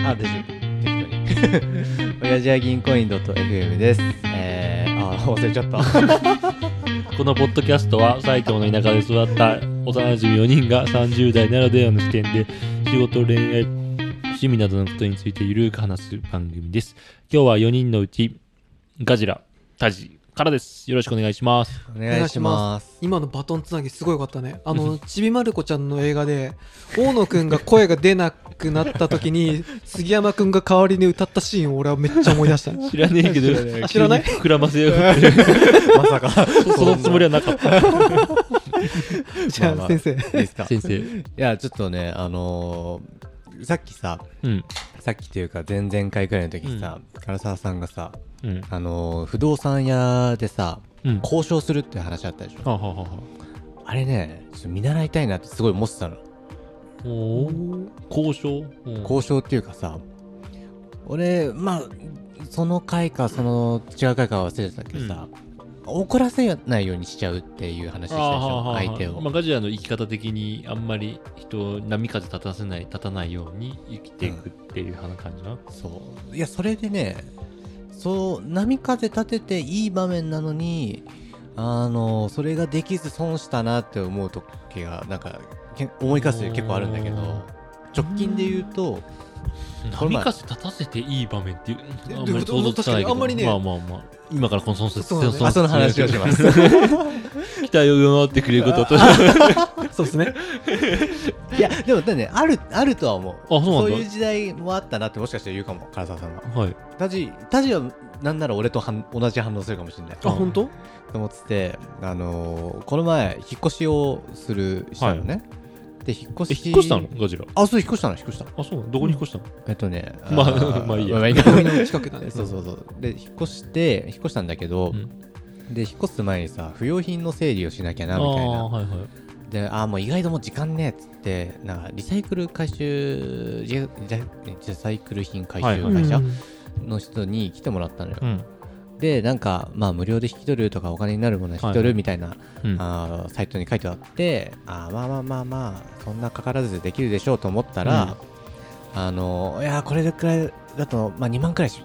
あ、大丈夫。適当に。親父は銀行員 .fm です。えー、あー、忘れちゃった。このポッドキャストは埼京の田舎で育った幼馴染4人が30代ならではの視点で仕事、恋愛、趣味などのことについてゆるく話す番組です。今日は4人のうちガジラ、タジからです。よろしくお願いします。お願いします。今のバトンつなぎすごい良かったねあのちびまる子ちゃんの映画で大野くんが声が出なくなった時に杉山くんが代わりに歌ったシーンを俺はめっちゃ思い出したね知らねえけ知らねど、知らない急に膨らませようってまさか。そのつもりはなかった。 じゃまああ先生、いいですか。い先生。や、ちょっとね、あのー、さっきさ、うん。さっきというか前々回くらいの時にさ、唐沢さんがさ、うん。あのー、不動産屋でさ、うん。交渉するって話あったでしょ。はあはあはあはあれね、ちょっと見習いたいなってすごい思ってたの。あおー交渉交渉っていうかさ俺まあその回かその違う回か忘れてたけどさ、怒らせないようにしちゃうっていう話したでしょ相手を、まあ、ガジラの生き方的にあんまり人を波風立たせない立たないように生きていくっていう話感じな、そういやそれでねそう波風立てていい場面なのにあのそれができず損したなって思う時がなんかけ思い返す時結構あるんだけどおー直近で言うとこの波前風立たせていい場面っていうえあんまり想像つかないけど確かにあんまりねまあまあまあ今からこのそのそうだねあその話をします期待を上回ってくれることとそうですねいやでもだねあるあるとは思うそうなんだいう時代もあったなってもしかして言うかも唐沢さんがはいタジタジはなんなら俺と反同じ反応するかもしれないあ本当と思ってて、あのーこの前引っ越しをするしたのね、で引っ越えし引っ越したのガジラあそう引っ越したの引っ越したあそうなのどこに引っ越したの、えっとね まあーまあいいやまあ いい海の近くだねそうそうそうで引っ越して引っ越したんだけど、で引っ越す前にさ不要品の整理をしなきゃなみたいあーなはいはいであーもう意外ともう時間ねえっつってなんかリサイクル回収リサリサイクル品回収う会社んの人に来てもらったのよ、うんでなんかまあ無料で引き取るとかお金になるものは引き取るみたいな、うんあーサイトに書いてあってあーまあまあまあまあそんなかからずできるでしょうと思ったら、あのいやーこれくらいだと、まあ、2万くらいし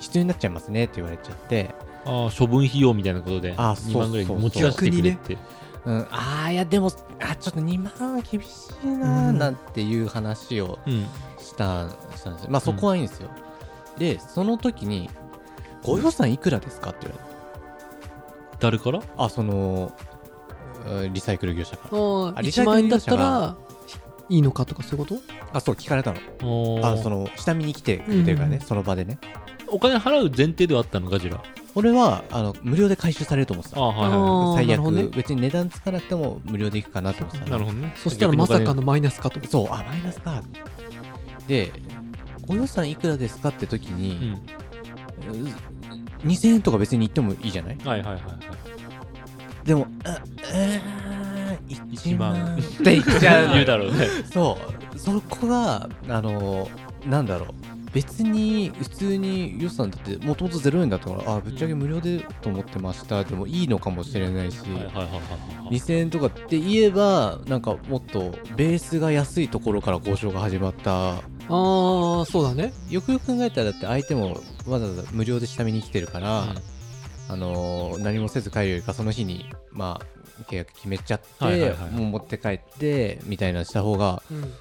必要になっちゃいますねって言われちゃって、あー処分費用みたいなことであーそう2万ぐらい持ち出してくれって、うん、ああいやでもあーちょっと2万は厳しいなーうんなんていう話をうん、したしたんですよまあそこはいいんですよ、でその時にご予算いくらですかって言われて誰からあそのうんリサイクル業者からああリサ1イクル万円だった業者らいいのかとかそういうことあそう聞かれたのああその下見に来てくれてるからね、うんその場でねお金払う前提ではあったのガジラ俺はあの無料で回収されると思ってあたはいはいあはー最なるほ悪、どね別に値段つかなくても無料で行くかなと思ってたいなるほどねそしたらまさかのマイナスかとそうあマイナスかでご予算いくらですかって時うに、んうん2000円とか別に行ってもいいじゃないはいはいはいはいでもあえー、1万って言っちゃうの 言うよだろうねそうそこがあのなんだろう別に普通に予算だってもともと0円だったからあぶっちゃけ無料でと思ってましたでもいいのかもしれないし、はいはいはいはいはい2000円とかって言えばなんかもっとベースが安いところから交渉が始まったああそうだねよくよく考えたらだって相手もわざわざ無料で下見に来てるから、あの何もせず帰るよりかその日にまあ契約決めちゃって、はいはいはいもう持って帰ってみたいなのした方がうん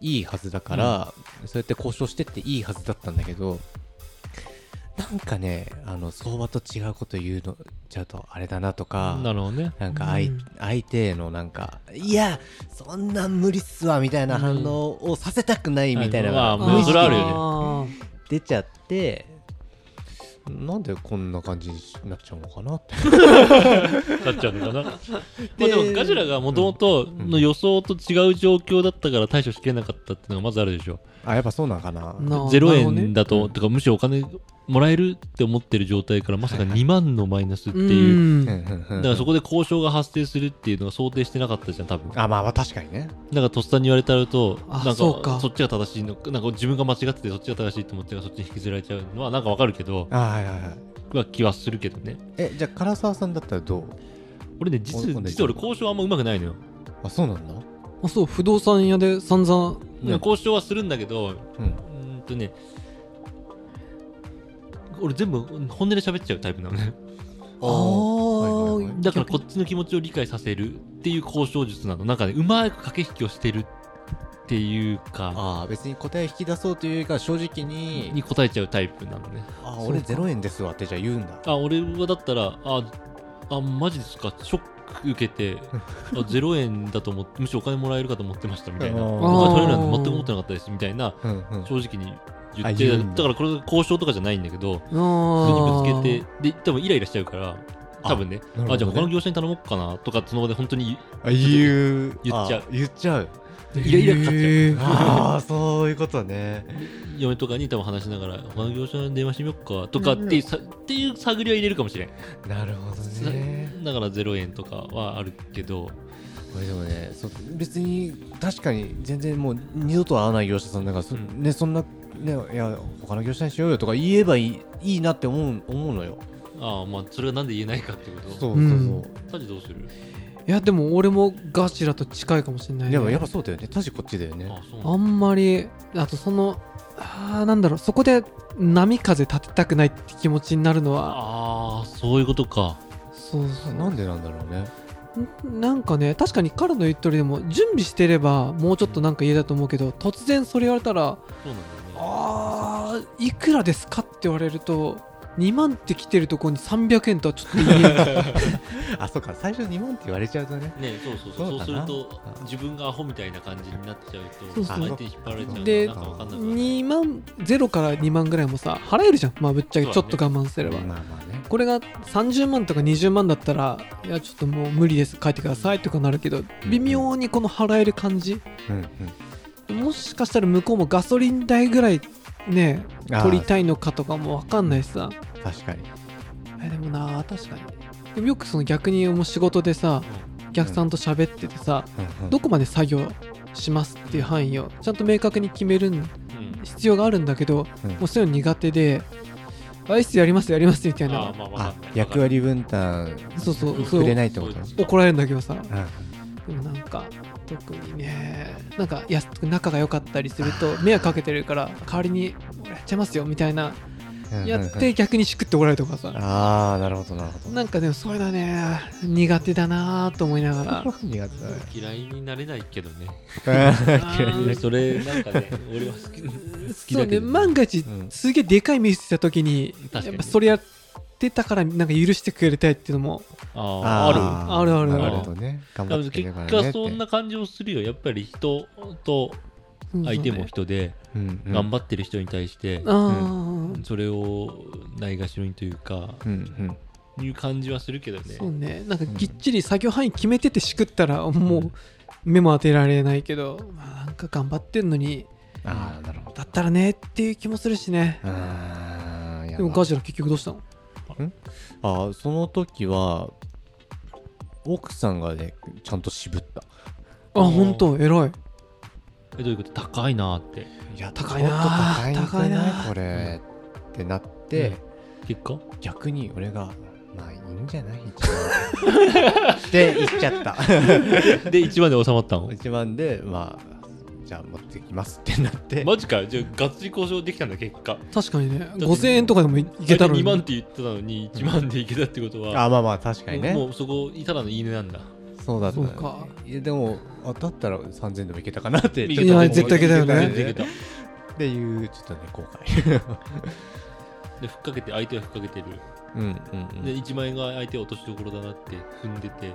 いいはずだから、そうやって交渉してっていいはずだったんだけどなんかねあの相場と違うこと言うのちゃうとあれだなとかなるほどねなんか相,、うん相手へのなんかいやそんなん無理っすわみたいな反応をさせたくないみたいなのがはいまあまあ無意識それはあるよねよねに出ちゃってなんでこんな感じになっちゃうのかなってなっちゃうのかなまあでもガジラがもともとの予想と違う状況だったから対処しきれなかったっていうのがまずあるでしょあやっぱそうなんかなな0円だなるほどとねてかむしろお金もらえるって思ってる状態からまさかはいはい2万のマイナスってういうんだだからそこで交渉が発生するっていうのは想定してなかったじゃん多分あまあまあ確かにねなんかとっさに言われたると、あなんかそそうかっちが正しいのか、なんか自分が間違っててそっちが正しいと思ってたからそっちに引きずられちゃうのはなんかわかるけど、あはいはいはいまあ気はするけどね。えじゃあ唐沢さんだったらどう俺ね、実おお願いします実は俺交渉あんま上手くないのよ。あそうなんだあそう不動産屋で散々うん交渉はするんだけうど、んうーんとね、俺全部本音で喋っちゃうタイプなのね。あはいはいはいーだからこっちの気持ちを理解させるっていう交渉術なの。なんかね、うまく駆け引きをしてるっていうか、ああ別に答え引き出そうというよりか正直にに答えちゃうタイプなのね。ああ俺そうか0円ですわってじゃあ言うんだあ、俺はだったら、あ、あ、マジですか、ショック受け て、あ0円だと思って、むしろお金もらえるかと思ってましたみたいな。あーお金取れるなんて全く思ってなかったですみたいな、うんうん正直に言あっ言て、うんだだからこれ交渉とかじゃないんだけど、普あ通にぶつーけて、で、多分イライラしちゃうから、多分ね、あなるほどねあ、じゃあ他の業者に頼もうかなとか、その場で本当にあ言う言っちゃうあ言っちゃうイライラかかっちゃう。へーああそういうことね嫁とかに多分話しながら他の業者に電話してみようかとかっていうさっていう探りは入れるかもしれん、なるほどねだから0円とかはあるけどこれでもねそ別に確かに全然もう二度と会わない業者さんだからそ,、うんね、そんな、ね、いや他の業者にしようよとか言えばいいいいなって思う思うのよああまあそれがなんで言えないかってことそうそうそう、うんタジどうするいやでも俺もガチラと近いかもしれないねでもやっぱそうだよね確かこっちだよねあそうあなんんまりあとそのあーなんだろうそこで波風立てたくないって気持ちになるのはあーそういうことかそうそうななんでなんだろうねなんかね確かに彼の言っとりでも準備してればもうちょっとなんか言えたと思うけど突然それ言われたらそうなんだよねあーいくらですかって言われると2万って来てるとこに300円とはちょっと言えない あそうか最初2万って言われちゃうとねねそうそうそそうそううだすなると自分がアホみたいな感じになっちゃうとそうそう相手に引っ張られちゃうのでなんかわかんなくなる2万ゼロから2万ぐらいもさ払えるじゃんまあぶっちゃけちょっと我慢すれば、まあまあねこれが30万とか20万だったらいやちょっともう無理です帰ってくださいとかなるけど微妙にこの払える感じうんうんもしかしたら向こうもガソリン代ぐらいねあー取りたいのかとかも分かんないしさ確かにえでもな確かにでもよくその逆にもう仕事でさお客さんと喋っててさうんうんどこまで作業しますっていう範囲をちゃんと明確に決めるうんうん必要があるんだけどうんもうそういうの苦手でアイスやりますやりますみたいあなーまあわかあんない役割分担そうそうそう触れないってことね怒られるんだけどさうんうんでもなんか特にねなんかや仲が良かったりすると迷惑かけてるから代わりに俺やっちゃいますよみたいなうんうんやって逆にしくっておられるとかさああなるほどなるほどなんかでもそういうのはね苦手だなと思いながら 苦嫌いになれないけどね手だね嫌いにそれなんかね 俺は好き好きそうだけねど万が一うんすげえでかいミスした時に確かにやっぱそれやってたからなんか許してくれたいっていうのもあーあるーあるあるなあるるほどね頑多張っ分て結るからねっ果てそんな感じをするよやっぱり人と相手も人でうんうん頑張ってる人に対してああそれをないがしろにというかうんうんいう感じはするけどねそうねなんかきっちり作業範囲決めててしくったらもう目も当てられないけど、まあ、なんか頑張ってんのにああなるほどだったらねっていう気もするしねああやでもガジラ結局どうしたのあその時は奥さんがねちゃんと渋ったあ本当偉いえどういうこと高いなーっていや高いなーちょっと高いんじゃ高いなないーこれってなって結果逆に俺がまあいいんじゃない一番 って言っちゃったで一番で収まったの 一番でまあじゃあ持ってきますってなって マジかよじゃあがっつり交渉できたんだ結果確かにね5000円とかでもいいけたのに2万って言ってたのに1万でいけたってことはあまあまあ確かにねもうそこただの言い値なんだそうだったそうかいやでもあだったら3000でもいけたかなっていちょっとや思う絶対いけたよね絶対いけたっていうちょっとね後悔でふっかけて相手はふっかけてるうんうんうんで1万円が相手は落としどころだなって踏んでて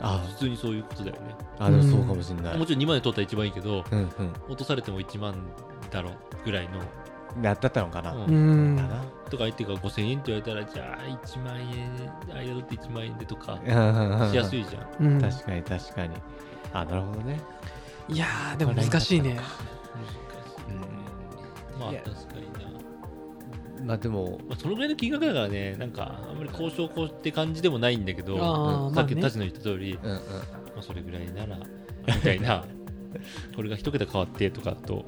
あ普通にそういうことだよねあでもそうかもしれない、もちろん2万で取ったら一番いいけどうんうん落とされても1万だろぐらいのだったのかな、ううだんなとか相手が5000円って言われたらじゃあ1万円間取って1万円でとかししやすいじゃんうん確かに確かにあなるほどねいやーでも難しいねまあいや確かにな、まあでもまあ、そのぐらいの金額だからねなんかあんまり交渉こうって感じでもないんだけどあーさっきまあねたちの言った通り、うんうんまあ、それぐらいならみたい なこれが一桁変わってとかと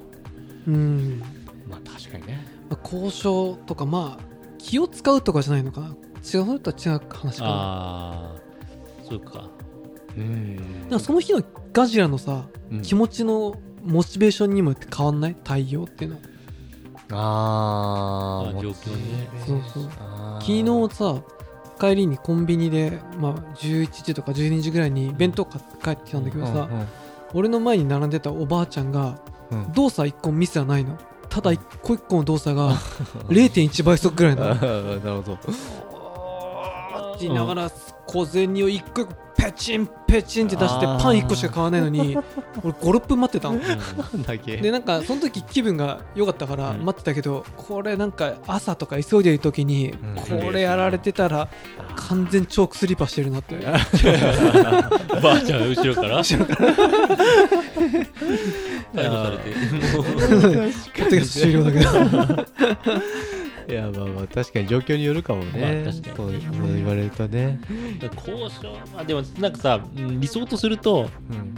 うん、まあ確かにねまあ交渉とかまあ気を使うとかじゃないのかな違うのとは違う話かなああそうかうんなんかその日のガジラのさうん気持ちのモチベーションにもよって変わんない対応っていうのああー状況ね そうそうあ昨ー日さ帰りにコンビニで、まあ、11時とか12時ぐらいに弁当買って帰ってきたんだけどさ、俺の前に並んでたおばあちゃんがうんうん動作1個ミスはないのただ一個一個の動作が0.1倍速ぐらい あなのーなるほどあーって言いながら小銭を一個一個ペチンペチンって出してあーパン1個しか買わないの に俺56分待ってたのなんだっけでなんかその時気分が良かったからうん待ってたけど、これなんか朝とか急いでる時に、んこれやられてたら完全チョークスリーパーしてるなってうんばあちゃんが後ろから後ろから逮捕されてポッドキャスト終了だけどいやまあまあ確かに状況によるかもね、まあ確かにそうそう言われるとね、交渉まあでもなんかさうん理想とするとうん、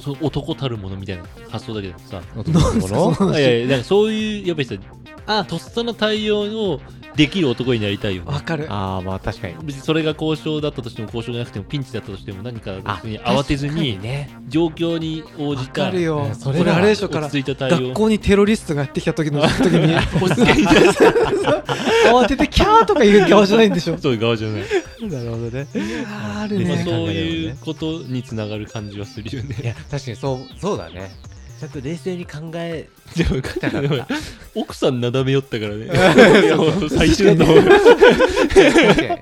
その男たるものみたいな発想だけどさ男のところいやいやなんかそういうやっぱりさあとっさの対応をできる男になりたいよねわかるああまあ確かに別にそれが交渉だったとしても交渉がなくてもピンチだったとしても何かあ別に慌てずにね状況に応わじかたるよいやこそれれだあれでしょか落らち着いた対応学校にテロリストがやってきた時の時に落ち着いた慌ててキャーとか言う顔じゃないんでしょそういう側じゃない、なるほどねあーあるまあ、ねそそうう ねいうことにつながる感じはするよねいや確かにそうそうだねちゃんと冷静に考え でもたかった奥さんなだめ寄ったから ね最終の確かにいやい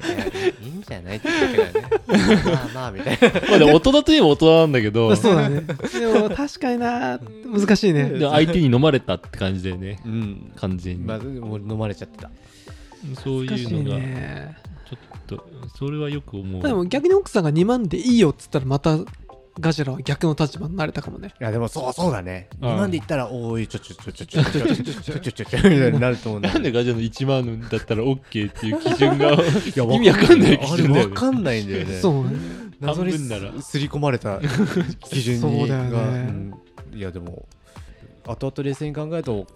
いんじゃないって言ったからねまあまあみたいなまあでも大人といえば大人なんだけどまあ そうだねでも確かにな難しいねでも相手に飲まれたって感じだよねうん完全に、まあもう飲まれちゃってたそう難しいいうのがねちょっとそれはよく思うでも逆に奥さんが2万でいいよっつったらまたガジェラは逆の立場になれたかもねいやでもそうそうだねうん今で言ったらおーいちょちょちょちょちょちょちょちょちょちょちょちょみたいになると思うんだなんでガジェの1万だったら OK っていう基準がいや 意味わかんない基あ準だれよわねかんないんだよねそうね謎に半分ならすり込まれた基準にそうだよねがうんいやでも後々冷静に考えると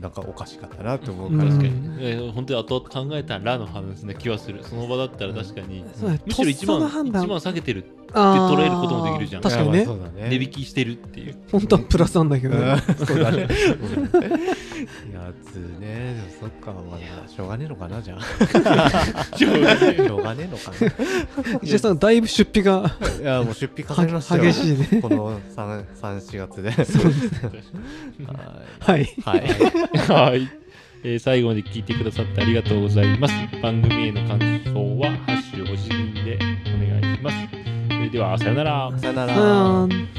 なんかおかしかったなって思うから、うん確かに、えー本当に後々考えたらの話な気はするその場だったら確かにそうねむしろとっ1さの万判断1万下げてるあー捉えることもできるじゃん確かにいやねまあそうだね値引きしてるっていう本当はプラスなんだけどねうん そうだねいやつーねでもそっかまあしょうがねえのかなじゃあしょうがねえのかな石田さんだいぶ出費がいやもう出費かかりましたよ激しいねこの三三四月でははいいはいはい、えー最後まで聞いてくださってありがとうございます番組への感想は「ハッシュおじぎん」でお願いしますそれではさよならさよならうん